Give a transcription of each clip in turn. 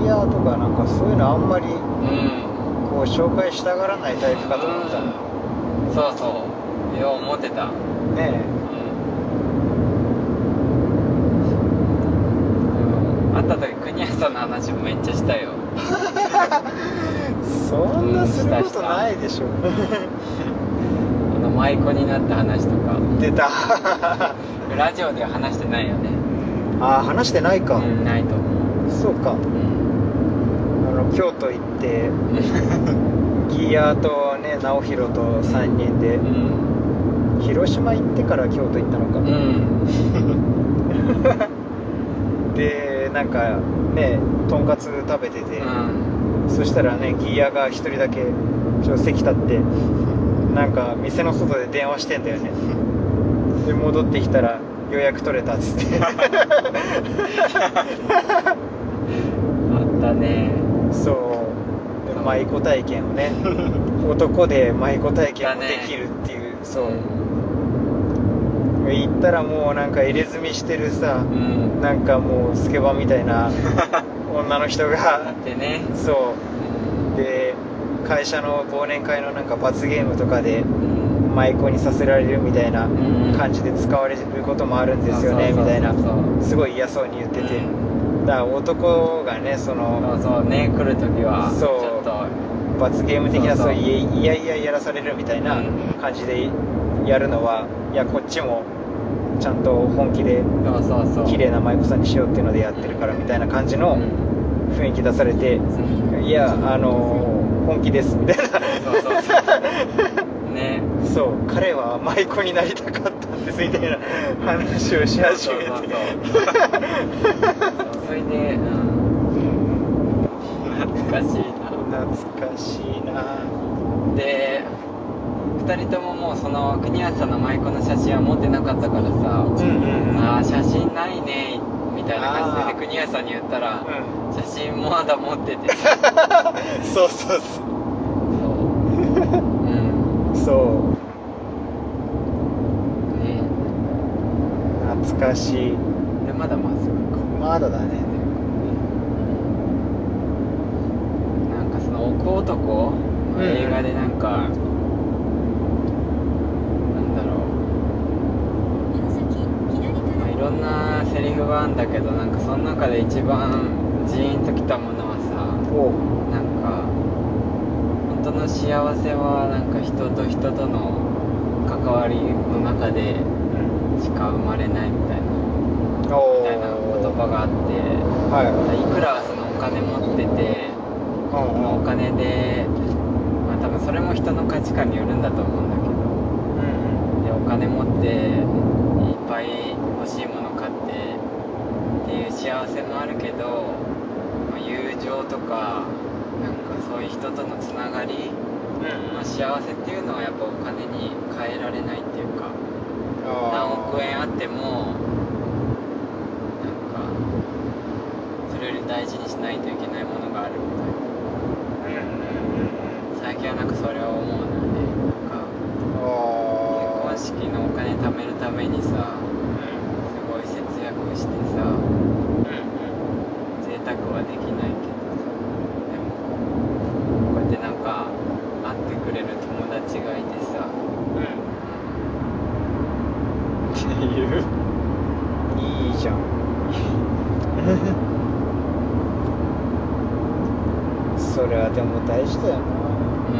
からそういうのあんまりうんこう紹介したがらないタイプかと思ったのうんそうそうよう思ってたねうん会った時国谷さんの話もめっちゃしたよえ そんなすることないでしょあの舞妓になった話とか 出たラジオでは話してないよねああ話してないか、うんないと思うそうかうんあの京都行ってギーヤーとね直弘と3人で広島行ってから京都行ったのかうん、 でなんかねとんかつ食べてて、うんそしたらねギーヤが一人だけちょっと席立ってなんか店の外で電話してんだよねで戻ってきたら予約取れた っつってあったねそうで舞妓体験をね男で舞妓体験もできるっていう、そう行ったらもうなんか入れ墨してるさう、んなんかもうスケバンみたいな女の人あがってねそうで会社の忘年会のなんか罰ゲームとかでうん舞妓にさせられるみたいなうん感じで使われることもあるんですよねそうそうそうそうみたいなすごい嫌そうに言っててだから男がねそそうのそうね来る時はちそうょっと罰ゲーム的なそうそうそういやいややらされるみたいな感じでやるのはいやこっちもちゃんと本気でそうそうそう綺麗な舞妓さんにしようっていうのでやってるからみたいな感じの雰囲気出されていやあの本気ですみたいなそうそう ねそう彼は舞妓になりたかったんですみたいな話をし始めてそうそれで、懐かしいな懐かしいなで2人とももうその国安さんの舞妓の写真は持ってなかったからさうんうんうんああ写真ないねみたいな感じあーでで国安さんに言ったら、う写真まだ持っててさそうそうそそううんうそねう懐かしいでまだまっすぐかまだだねなんかその「奥男」の映画でなんか、なんだろう、まあ、いろんなセリフがあるんだけどなんかその中で一番ジーンときたものはさおうなんか本当の幸せはなんか人と人との関わりの中でうんしか生まれないみたいなおみたいな言葉があって。がはいいくらそのお金持ってて、そのおう金で、まあ、多分それも人の価値観によるんだと思うんだけんうんどでお金持っていっぱい欲しいもの買ってっていう幸せもあるけど、まあ、友情とかなんかそういう人とのつながり、うんまあ、幸せっていうのはやっぱお金に変えられないっていうかあー何億円あってもなんかそれより大事にしないといけないものがあるみたいな。うんうんうん最近はなんかそれを思うのでなんかうんあ結婚式のお金貯めるためにさすーごい節約してさうんうん贅沢はできないけどさでもこうやってなんか会ってくれる友達がいてさっていううんいいじゃ んそれはでも大事だよなうん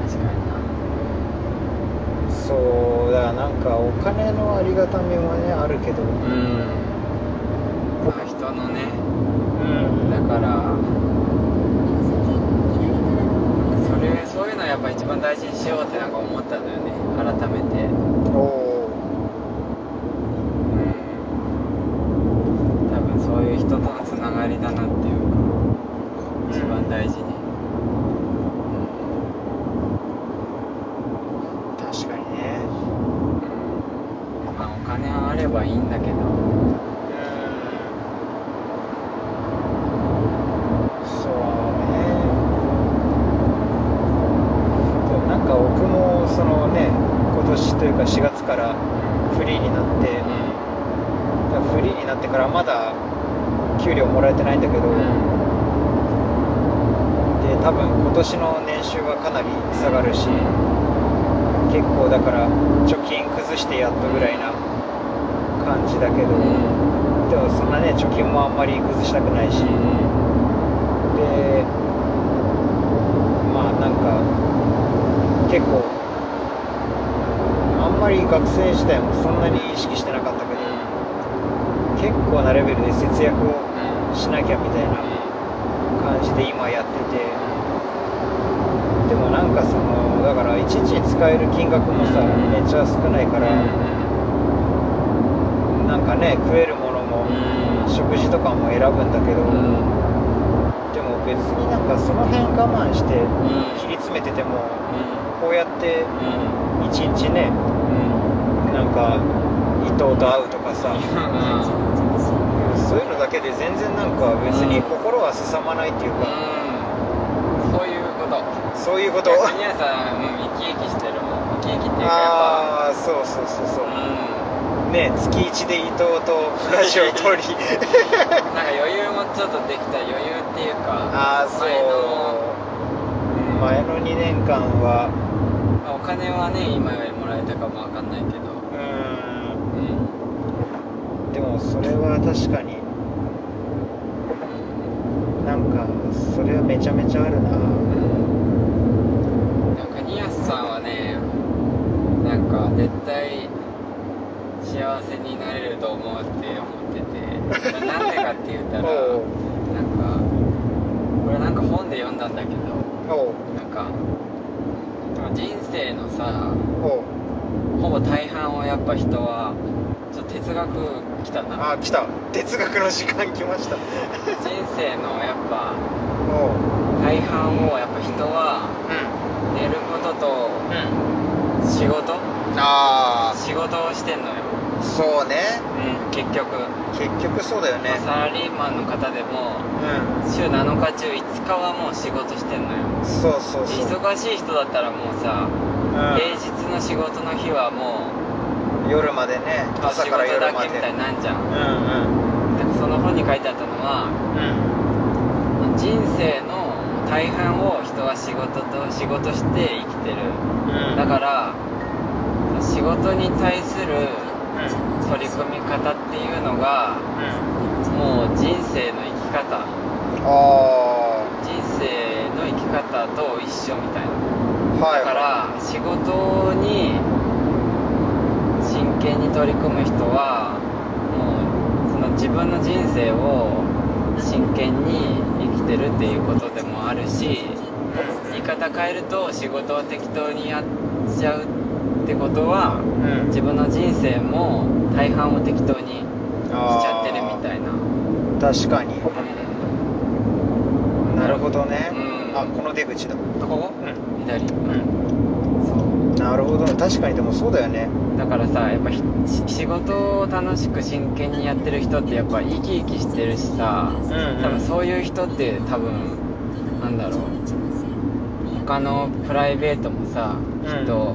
確かになそうだからなんかお金のありがたみもねあるけどうんまあ人のねうんだからそれそういうのはやっぱ一番大事にしようってなんか思ったんだよね改めておおうん多分そういう人とのつながりだなっていうか一番大事に確かにねまあお金はあればいいんだけどうんそうねでもなんか僕もそのね今年というか4月からフリーになってうんだからフリーになってからまだ給料もらえてないんだけど、うんで多分今年の年収はかなり下がるし結構だから貯金崩してやっとぐらいな感じだけど、うんでもそんなね貯金もあんまり崩したくないし、でまあなんか結構あんまり学生時代もそんなに意識してなかったけど、結構なレベルで節約をしなきゃみたいな感じで今やっててでもなんかそのだから1日に使える金額もさうんめっちゃ少ないかだらなんかね食えるものも食事とかも選ぶんだけどでも別になんかその辺我慢して切り詰めててもこうやって1日ねなんか伊藤と会うとかさそういうのだけで全然なんか別に心はすさまないっていうかそういうことそういうこと逆にはさ、うん、生き生きしてるもん生き生きっていうかやっぱああそうそうそうそううんね月1で伊藤とラジオを 撮りなんか余裕もちょっとできた余裕っていうかああそう前の前の2年間はまあお金はね今よりもらえたかもわかんないけどうーうんんでもそれは確かになんかそれはめちゃめちゃあるなでも国安さんはねなんか絶対幸せになれると思うって思っててなんでかって言ったらなん おかこれなんか本で読んだんだけどおうなんか人生のさおうほぼ大半をやっぱ人はちょっと哲学来たなあ来た哲学の時間来ました人生のやっぱおう大半をやっぱ人はう寝ることとんうん仕事あ仕事をしてんのよあそうねうん結局、結局そうだよねまあサラリーマンの方でもう週7日中5日はもう仕事してんのよんそうそうそう、うん、忙しい人だったらもうさ平日の仕事の日はもう夜までねあ朝仕事から夜だまけでみたいになんじゃうんんうんだからその本に書いてあったのはうん人生の大半を人は仕事と仕事して生きてるうんだから仕事に対するうん取り組み方っていうのがうんもう人生の生き方あ人生の生き方と一緒みたいなあはいだから仕事に真剣に取り組む人はもうその自分の人生を真剣に生きてるっていうことでもあるし言い方変えると仕事を適当にやっちゃうってことはうん自分の人生も大半を適当にししちゃってるみたいな、確かになるほどね、うんあこの出口だうん、どこう左、んそうなるほど確かにでもそうだよねだからさやっぱひし仕事を楽しく真剣にやってる人ってやっぱ生き生きしてるしさ、んうん多分そういう人って多分なんだろう他のプライベートもさんきっと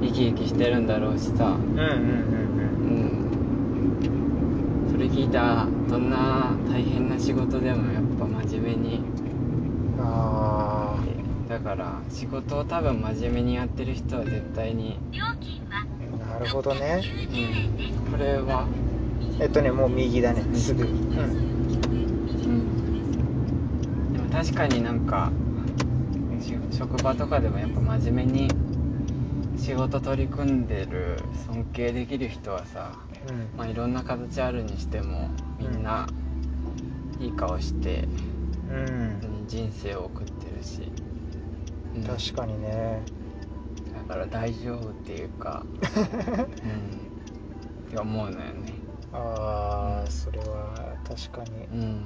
生き生きしてるんだろうしさうんうんうんうんそれ聞いたどんな大変な仕事でもやっぱ真面目にうんあだから仕事を多分真面目にやってる人は絶対に、あなるほどねうん、これはえっとねもう右だねすぐうんでも確かになんかし職場とかでもやっぱ真面目に仕事取り組んでる尊敬できる人はさ、うんまあ、いろんな形あるにしてもみんないい顔して、うんうん人生を送ってるし、うん確かにねだから大丈夫っていう か、うん、って思うのよねああそれは確かにうん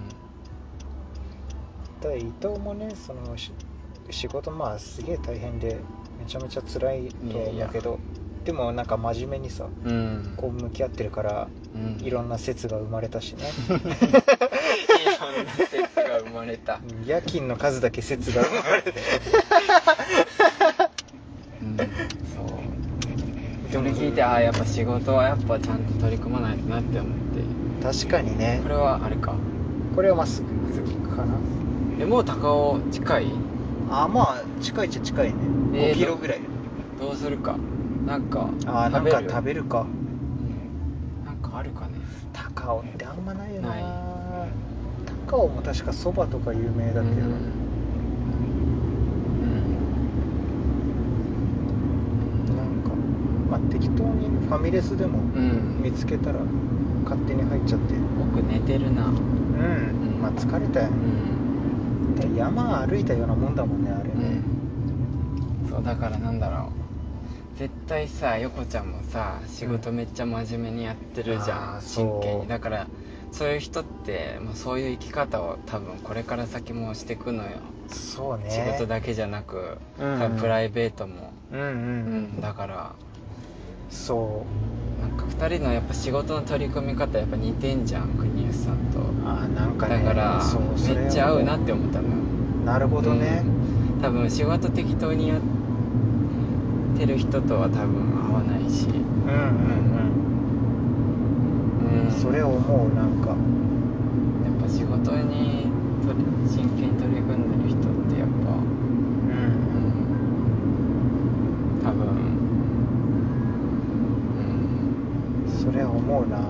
ただ伊藤もねそのし仕事まあすげえ大変でめちゃめちゃ辛いとは思うけどでもなんか真面目にさうんこう向き合ってるからうんいろんな説が生まれたしね いろ んな説が生まれた、夜勤の数だけ説が生まれてうん、そうそれ聞いてああやっぱ仕事はやっぱちゃんと取り組まないとなって思って確かにねこれはあれかこれはまっすぐ行くかなえもう高尾近いあまあ近いっちゃ近いねえー5キロぐらいどうするかなんかあーなんか食べるるかうんなんかあるかね高尾ってあんまないよなない高尾も確かそばとか有名だけど、うんなんかまあ適当にファミレスでもうん、見つけたら勝手に入っちゃってうん、僕寝てるなまあ疲れたようん、ねだから山歩いたようなもんだもんねあれね、うんそうだからなんだろう絶対さ横ちゃんもさ仕事めっちゃ真面目にやってるじゃん、あー真剣そうにだからそういう人ってもうそういう生き方を多分これから先もしてくのよ、そうね仕事だけじゃなく、うんうんプライベートも、うんうんう、うんん、だからそうなんか2人のやっぱ仕事の取り組み方やっぱ似てんじゃん国吉さんとあーなんかねだからそうそれめっちゃ合うなって思ったのよなるほどね、うん多分仕事適当にやってる人とは多分合わないし、うん、うんうんうん、それやっを思うなんかぱ仕事に取り真剣に取り組んでる人ってやっぱ、うんうん、多分うんそれは思うなう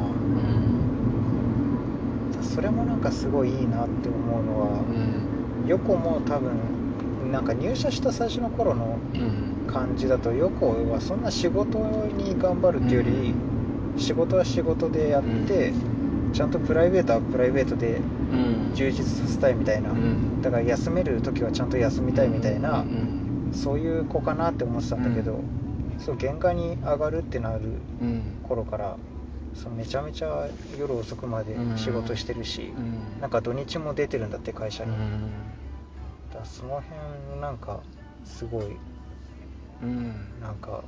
んそれもなんかすごいいいなって思うのは、ヨコも多分なんか入社した最初の頃のうん感じだとヨコはそんな仕事に頑張るっていうより、仕事は仕事でやって、ちゃんとプライベートはプライベートでうん充実させたいみたいな、うんだから休める時はちゃんと休みたいみたいな、うんそういう子かなって思ってたんだけど、うそう限界に上がるってなるうん頃からそのめちゃめちゃ夜遅くまで仕事してるし、うんなんか土日も出てるんだって会う社に、だんからその辺なんかすごいうんなんか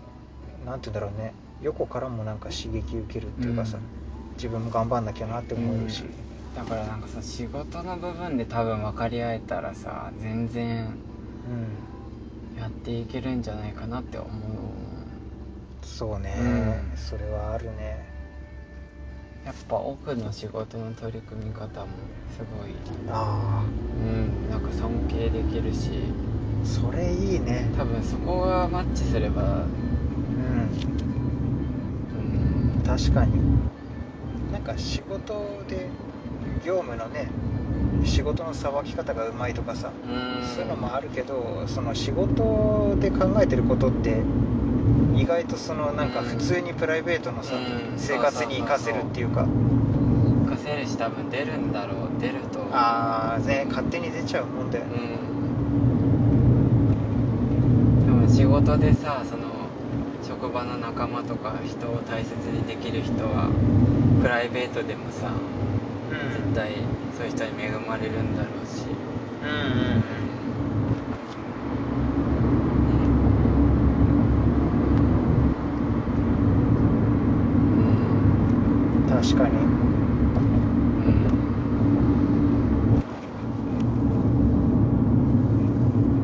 なんて言うんだろうね横からもなんか刺激受けるっていうかさ、うん自分も頑張んなきゃなって思うし、うんだからなんかさ仕事の部分で多分分かり合えたらさ全然うんやっていけるんじゃないかなって思うそうね、うんそれはあるねやっぱ奥の仕事の取り組み方もすごいあうんなんか尊敬できるしあそれいいね多分そこがマッチすればうんうん確かになんか仕事で業務のね仕事のさばき方がうまいとかさ、うんそういうのもあるけどその仕事で考えてることって意外とそのなんか普通にプライベートのさ、うん生活に生かせるっていうか、活かせるし多分出るんだろう出ると思うああね勝手に出ちゃうもんだよねうんでも仕事でさその職場の仲間とか人を大切にできる人はプライベートでもさ絶対そういう人に恵まれるんだろうしうんうんうんうん確かに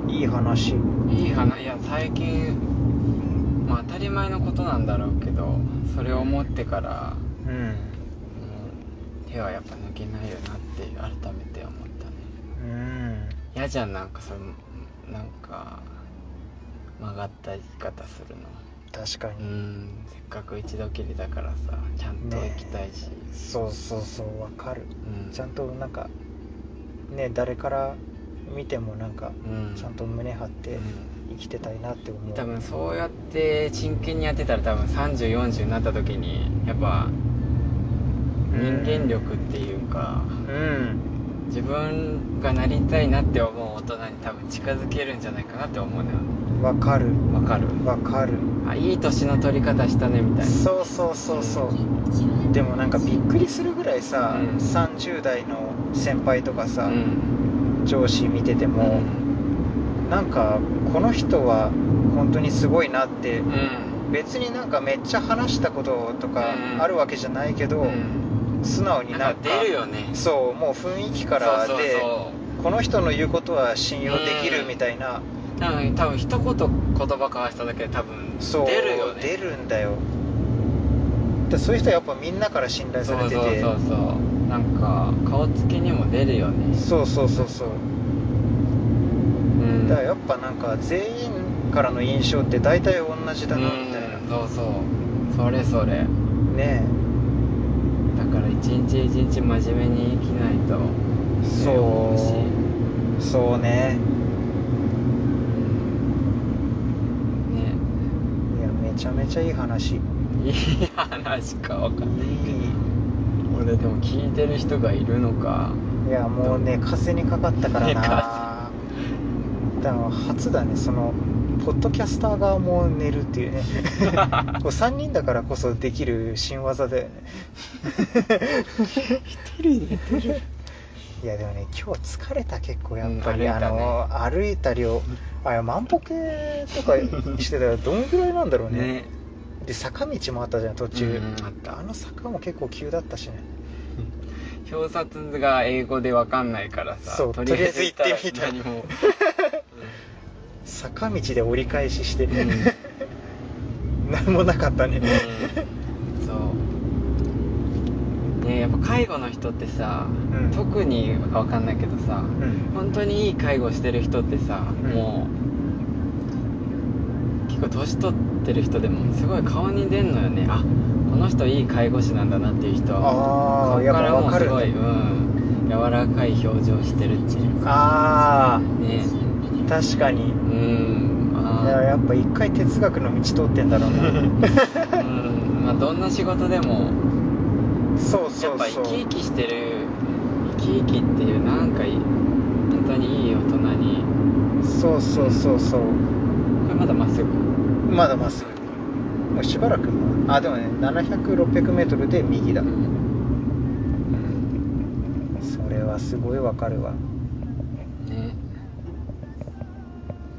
いい話うんいい話いや最近まあ当たり前のことなんだろうけどそれを思ってからうんもう手はやっぱ抜けないよなって改めて思ったねうん嫌じゃんなんかそのなんか曲がった生き方するの確かうに、んせっかく一度きりだからさちゃんと行きたいし、そうそうそうわかる、うんちゃんとなんかね誰から見てもなんか、うんちゃんと胸張ってうん生きてたいなって思う、多分そうやって真剣にやってたら多分3040になった時にやっぱ人間力っていうか、うん自分がなりたいなって思う大人に多分近づけるんじゃないかなって思うのよわかるわかるわかるあいい年の取り方したねみたいなそうそうそうそう、でもなんかびっくりするぐらいさ、うん30代の先輩とかさ、うん上司見てても、なんかこの人は本当にすごいなって、うん別になんかめっちゃ話したこととかうんあるわけじゃないけど、うん素直になんかなんか出るよねそうもう雰囲気からでそうそうそこの人の言うことは信用できるみたいな、うなのに多分一言言葉交わしただけで多分そう出るよね出るんだよでそういう人はやっぱみんなから信頼そさうれててそうそうそうなんか顔つきにも出るよねそうそうそうそううんだからやっぱなんか全員からの印象って大体同じだなみたいなうんそうそうそれそれねだから一日一日真面目に生きないとえって思うしそうそうねうんねいやめちゃめちゃいい話いいいい話かわかんないけど俺でも聞いてる人がいるのかいやもうね風にかかったからねなだから初だねそのポッドキャスター側も寝るってい うねこう3人だからこそできる新技だよね一人寝てるいやでもね今日疲れた結構やっぱり、うん歩あいたねの歩いたりをあいや万歩計とかしてたらどんぐらいなんだろうねねで坂道もあったじゃん途中、うんあったあの坂も結構急だったしね表札が英語でわかんないからさそうとりあえず行って何みた も坂道で折り返しして、うん 何もなかったうね、んそうねやっぱ介護の人ってさ、うん特にわかんないけどさ、うん本当にいい介護してる人ってさ、うんもう結構年取ってる人でもすごい顔に出んのよねあこの人いい介護士なんだなっていう人あーそっからもうすごい、やっぱうん柔らかい表情してるっていうかあねあ確かにうんあいーややっぱ一回哲学の道通ってんだろううんまあどんな仕事でもな そうやそっうぱ生そうき生きしてる生き生きっていうなんかい本当にいい大人にそうそうそうそうこれまだまっすぐまだまっすぐもうしばらくあでもね700600メートルで右だ、それはすごいわかるわね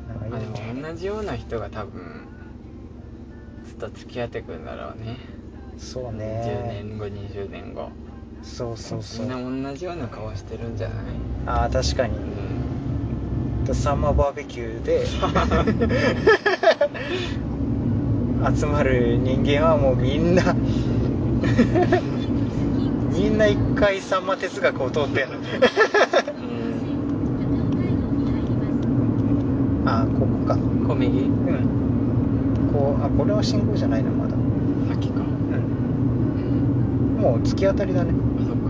なんまあかいいねでも同じような人が多分ずっと付き合ってくんだろうねそう10ね年後20年後そうそうそみうんな同じような顔してるんじゃないああ確かにうんとサンマバーベキューで集まる人間はもうみんなみんな一回サンマ哲学を通って んのあここか小右うんこうあこれは信号じゃないのまださっきかうんうんもう突き当たりだねあそっうかん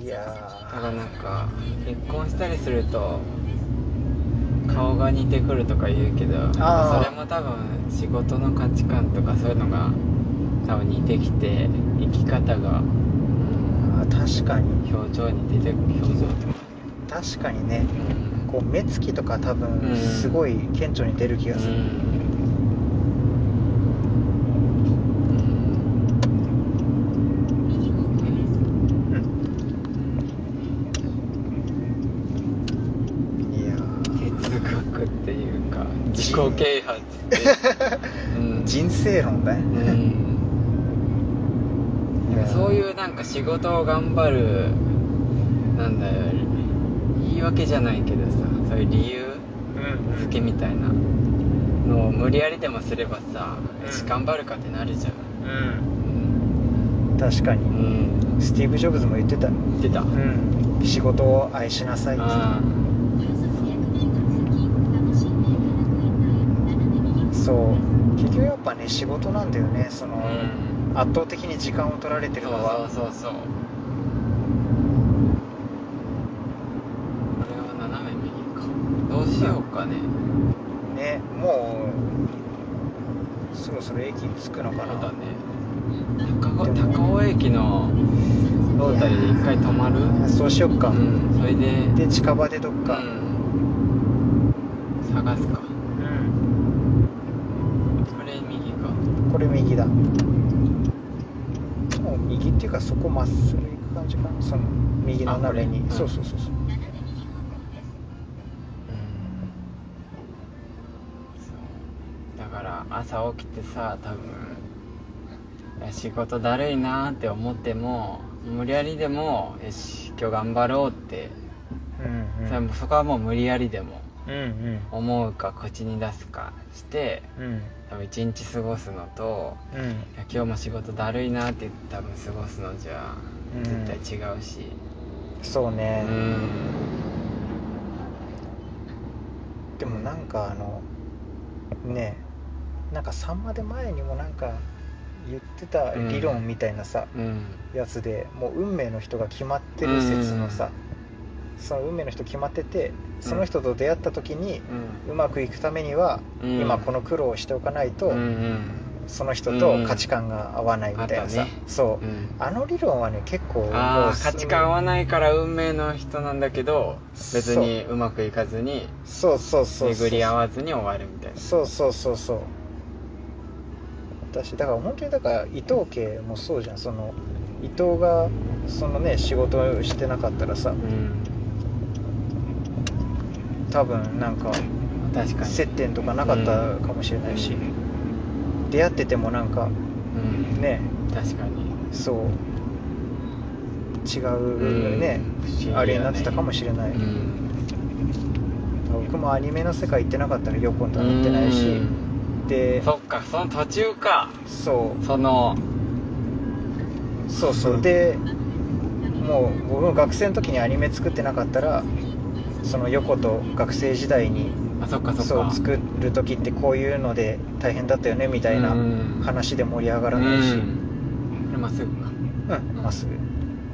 いだやからなんか結婚したりすると顔が似てくるとか言うけどやっぱそれも多分仕事の価値観とかそういうのが多分似てきて生き方がーあ確かに表情に出てくる表情とか、確かにねうんこう目つきとか多う分んすごい顕著に出る気がする、いやー哲学っていうか自己啓発っていう か、うん人生論だね、うんなんかそういうなんか仕事を頑張るなんだよ言い訳じゃないけどさそういう理由うん付けみたいなのを無理やりでもすればさ、うんよし頑張るかってなるじゃんううんん確かうにんスティーブ・ジョブズも言ってたう出た、ん仕事を愛しなさいあそう結局やっぱね仕事なんだよねそあの、うん圧倒的に時間を取られてるのはそうそうそうそうこれは斜め右かどうしようかねねもうそろそろ駅に着くのそかうなだね高尾高尾駅のロータリーで一回止まるあーそうしよっか、うんそれでで近場でどっうかん探すかうん、これ右かこれ右だもう右っていうかそこまっすぐ行く感じかなその右斜めあにこれそうそうそうそうそうだから朝起きてさ多分いや仕事だるいなーって思っても無理やりでもよし今日頑張ろうって、うん、うんそれもそこはもう無理やりでもうん思うか口に出すかしてうんうん多分一日過ごすのとうんいや今日も仕事だるいなって多分過ごすのじゃうん絶対違うしそううね、んでもなんかあのねえなんかさんまで前にもなんか言ってた理論みたいなさ、うんやつでもう運命の人が決まってる説のさ、その運命の人決まっててその人と出会った時にうまくいくためには、うん今この苦労をしておかないと、うんうんその人と価値観が合わないみたいなさ、あったねそう、うんあの理論はね結構もあうーす価値観合わないから運命の人なんだけど別にうまくいかずにそうそうそうそう巡り合わずに終わるみたいなそうそうそうそう私だから本当にだから伊藤家もそうじゃんその伊藤がそのね仕事をしてなかったらさうん多分なんか確かに接点とかなかったかもしれないし、出会っててもなんかうん、ね確かにそう違うねうん不思議だ、ねあれになってたかもしれない、うん僕もアニメの世界行ってなかったらヨコンとはなってないし、でそっかその途中かそうそのそうそうでもう僕も学生の時にアニメ作ってなかったらその横と学生時代にあそっかそっかそう作る時ってこういうので大変だったよねみたいなうん話で盛り上がらないうしうんんでまっすぐかまっすぐ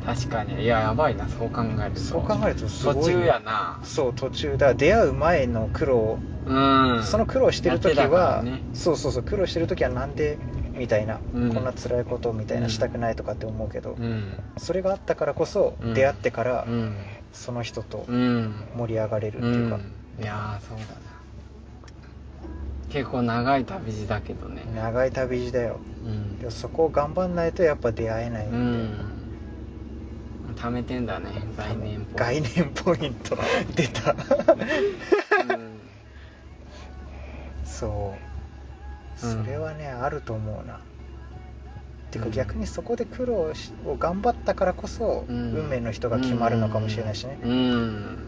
確かにいややばいなそう考えるとそう考えるとすごいね途中やなそう途中だ出会う前の苦労、うんその苦労してる時やってたかは、らねそうそうそう苦労してる時はなんでみたいな、うんこんな辛いことみたいうなんしたくないとかって思うけど、うんそれがあったからこそうん出会ってから、うんその人とうん盛り上がれるっていうか、うんいやーそうだな結構長い旅路だけどね長い旅路だようんでもそこを頑張んないとやっぱ出会えないんうで、ん貯めてんだね概念っぽい概念ポイント出たうんそううそんれはね、あると思うなてうかん逆にそこで苦労しを頑張ったからこそ、うん運命の人が決まるのかもしれないしねうんうん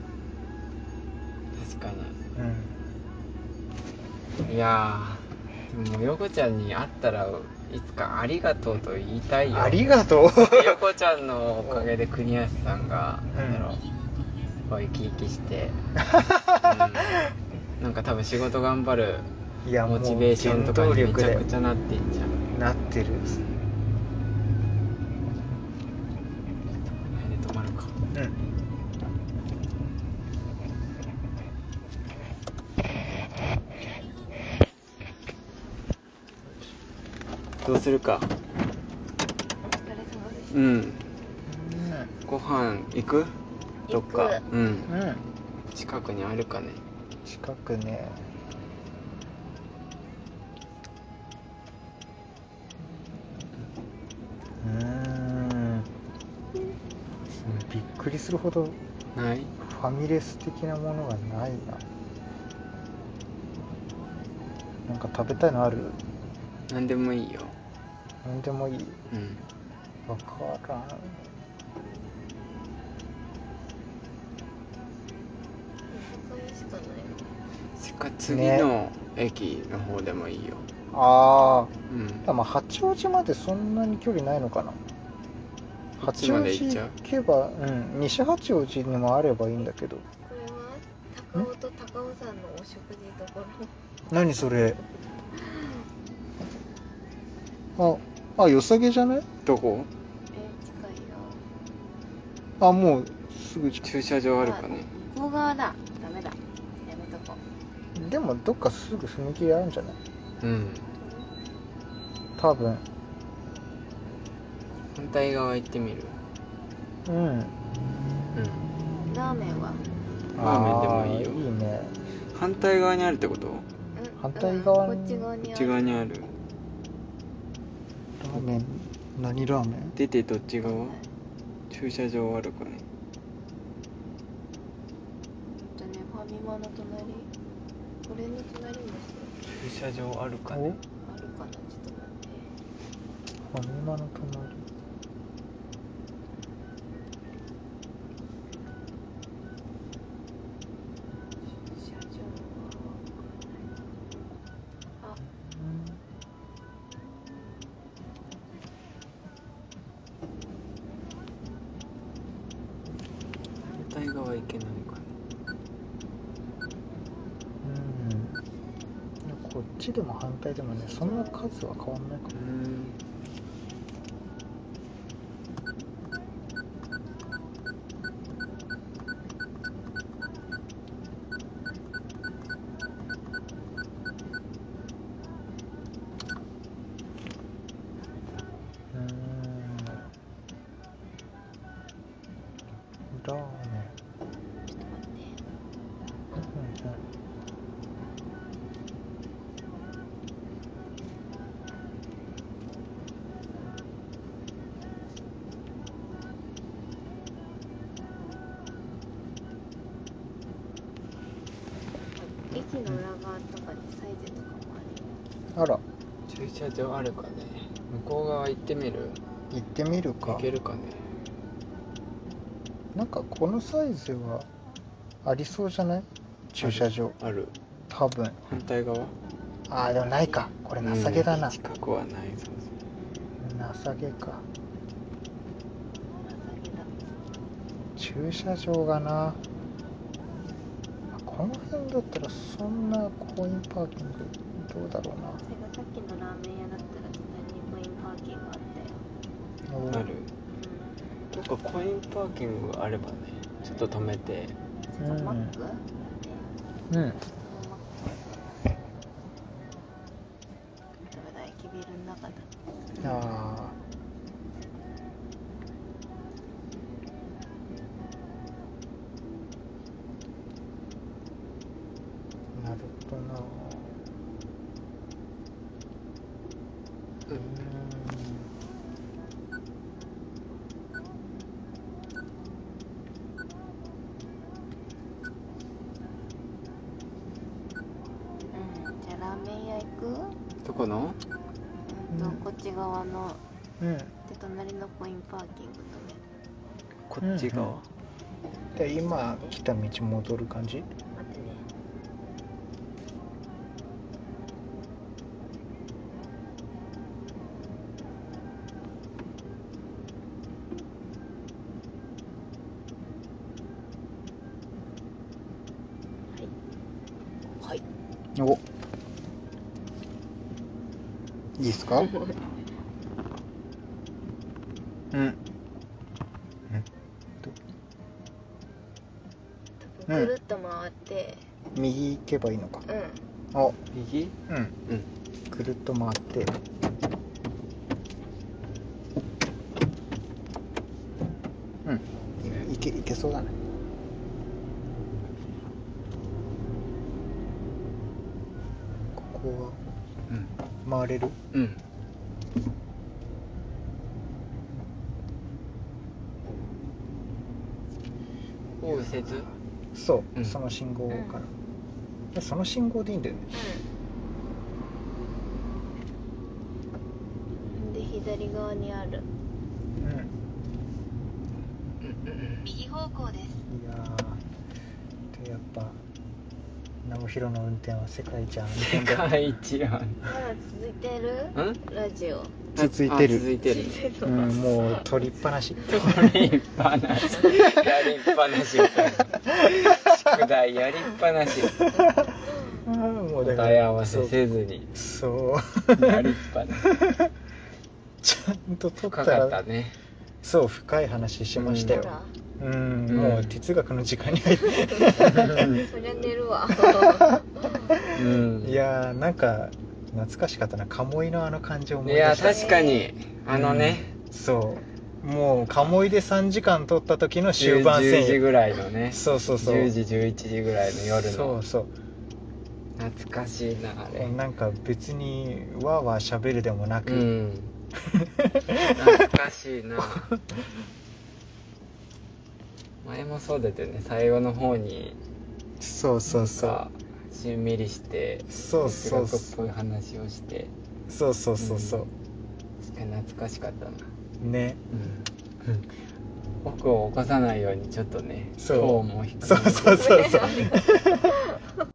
確かにいやーでも横ちゃんに会ったらいつか「ありがとう」と言いたういんよありがとう横ちゃんのおかげで国安さんが、うんなんだろうこう生き生きして、うんなんか多分仕事頑張る いやモもうチベーションとかにめちゃでくちゃなっていっちゃうなってるこれで止まるかうんどうするかお疲れ様ですうんご飯行くどっか行うんうん、うん、近くにあるかね近くねうーんびっくりするほどフないァミレス的なものがないななんか食べたいのある何でもいいよなんでもいいうんわからんこれしかないそっか次の駅の方でもいいよ、あうんーただまあ八王子までそんなに距離ないのかなこっちまで行っちゃう八王子行けばうん西八王子にもあればいいんだけどこれは高尾と高尾山のお食事どころ何それああ良さげじゃないどこえ近いよあもうすぐじ駐車場あるかね向こう側だダメだやめとこゃんでもどっかすぐ踏切あるんじゃないうん多分反対側行ってみるうんうんうラーメンはラーメンでもいいよあーいいね反対側にあるってことこうん反対側にうんこっち側にっあちる側にあるラーメン何ラーメン出てどっち側駐車場あるかねえっとねファミマの隣これの隣にですよ駐車場あるかおフあるかなちょっと待ってァミマの隣駐車場どっちでも反対でもねそんな数は変わんないかうもんうーんラーメンちょっと待ってうんうん駅の裏側とかにサイゼとかもあるよあら駐車場あるかね向こう側行ってみる行ってみる行かけるかねなんかこのサイズはありそうじゃない駐車場ある多分反対側ああでもないかこれ情けだな、うん近くはないそうそう情けか情けだ駐車場がなこの辺だったらそんなコインパーキングどうだろうなそれがさっきのラーメン屋だったら隣にコインパーキングあったよおーあるなんかコインパーキングがあればねちょっと止めてうんうそんこマック、マうんックどうだ駅ビルの中だあーなるほどなうんうんじゃあラーメン屋行くどこのうんと、うんこっち側のうんで隣のコインパーキングとねこっち側、で今来た道戻る感じ待ってねはいおいいっすかうん多分ぐるっと回って右行けばいいのかうん、あ右うんうんぐるっと回ってうんいけいけそうだねここうんは回れるうんを右折そう、うんその信号から、でその信号でいいんだよねうん、で左側にあるうん右方向ですいやーでやっぱ直弘の運転は世界一安世全だ界一やんまだ続いてるラジオ 続いてるあ続いてるうんもう取りっぱな し取りっぱな しやりっぱなしみたいな宿題やりっぱなしあーもうだから答え合わせせずにそうやりっぱなし ちゃんと取った深らかったねそう深い話しましたあよらうん、うんもう哲学の時間に入って、そりゃ寝る わうんいやーなんか懐かしかったな鴨居のあの感じを思いい出やした確かにあのね、そうもう鴨居で3時間取った時の終盤戦10時ぐらいのねそうそうそう10時11時ぐらいの夜そのうそ懐かしいなあれうなんか別にわーわー喋るでもなく、うん懐かしい な前もそうだったよね最後の方にそうそうそうさしんみりしてそうそう哲学っぽい話をしてそうそうそうそ確かに懐かしかったなうね僕を起こさないようにちょっとねそうトーンも低めにそうそうそうそう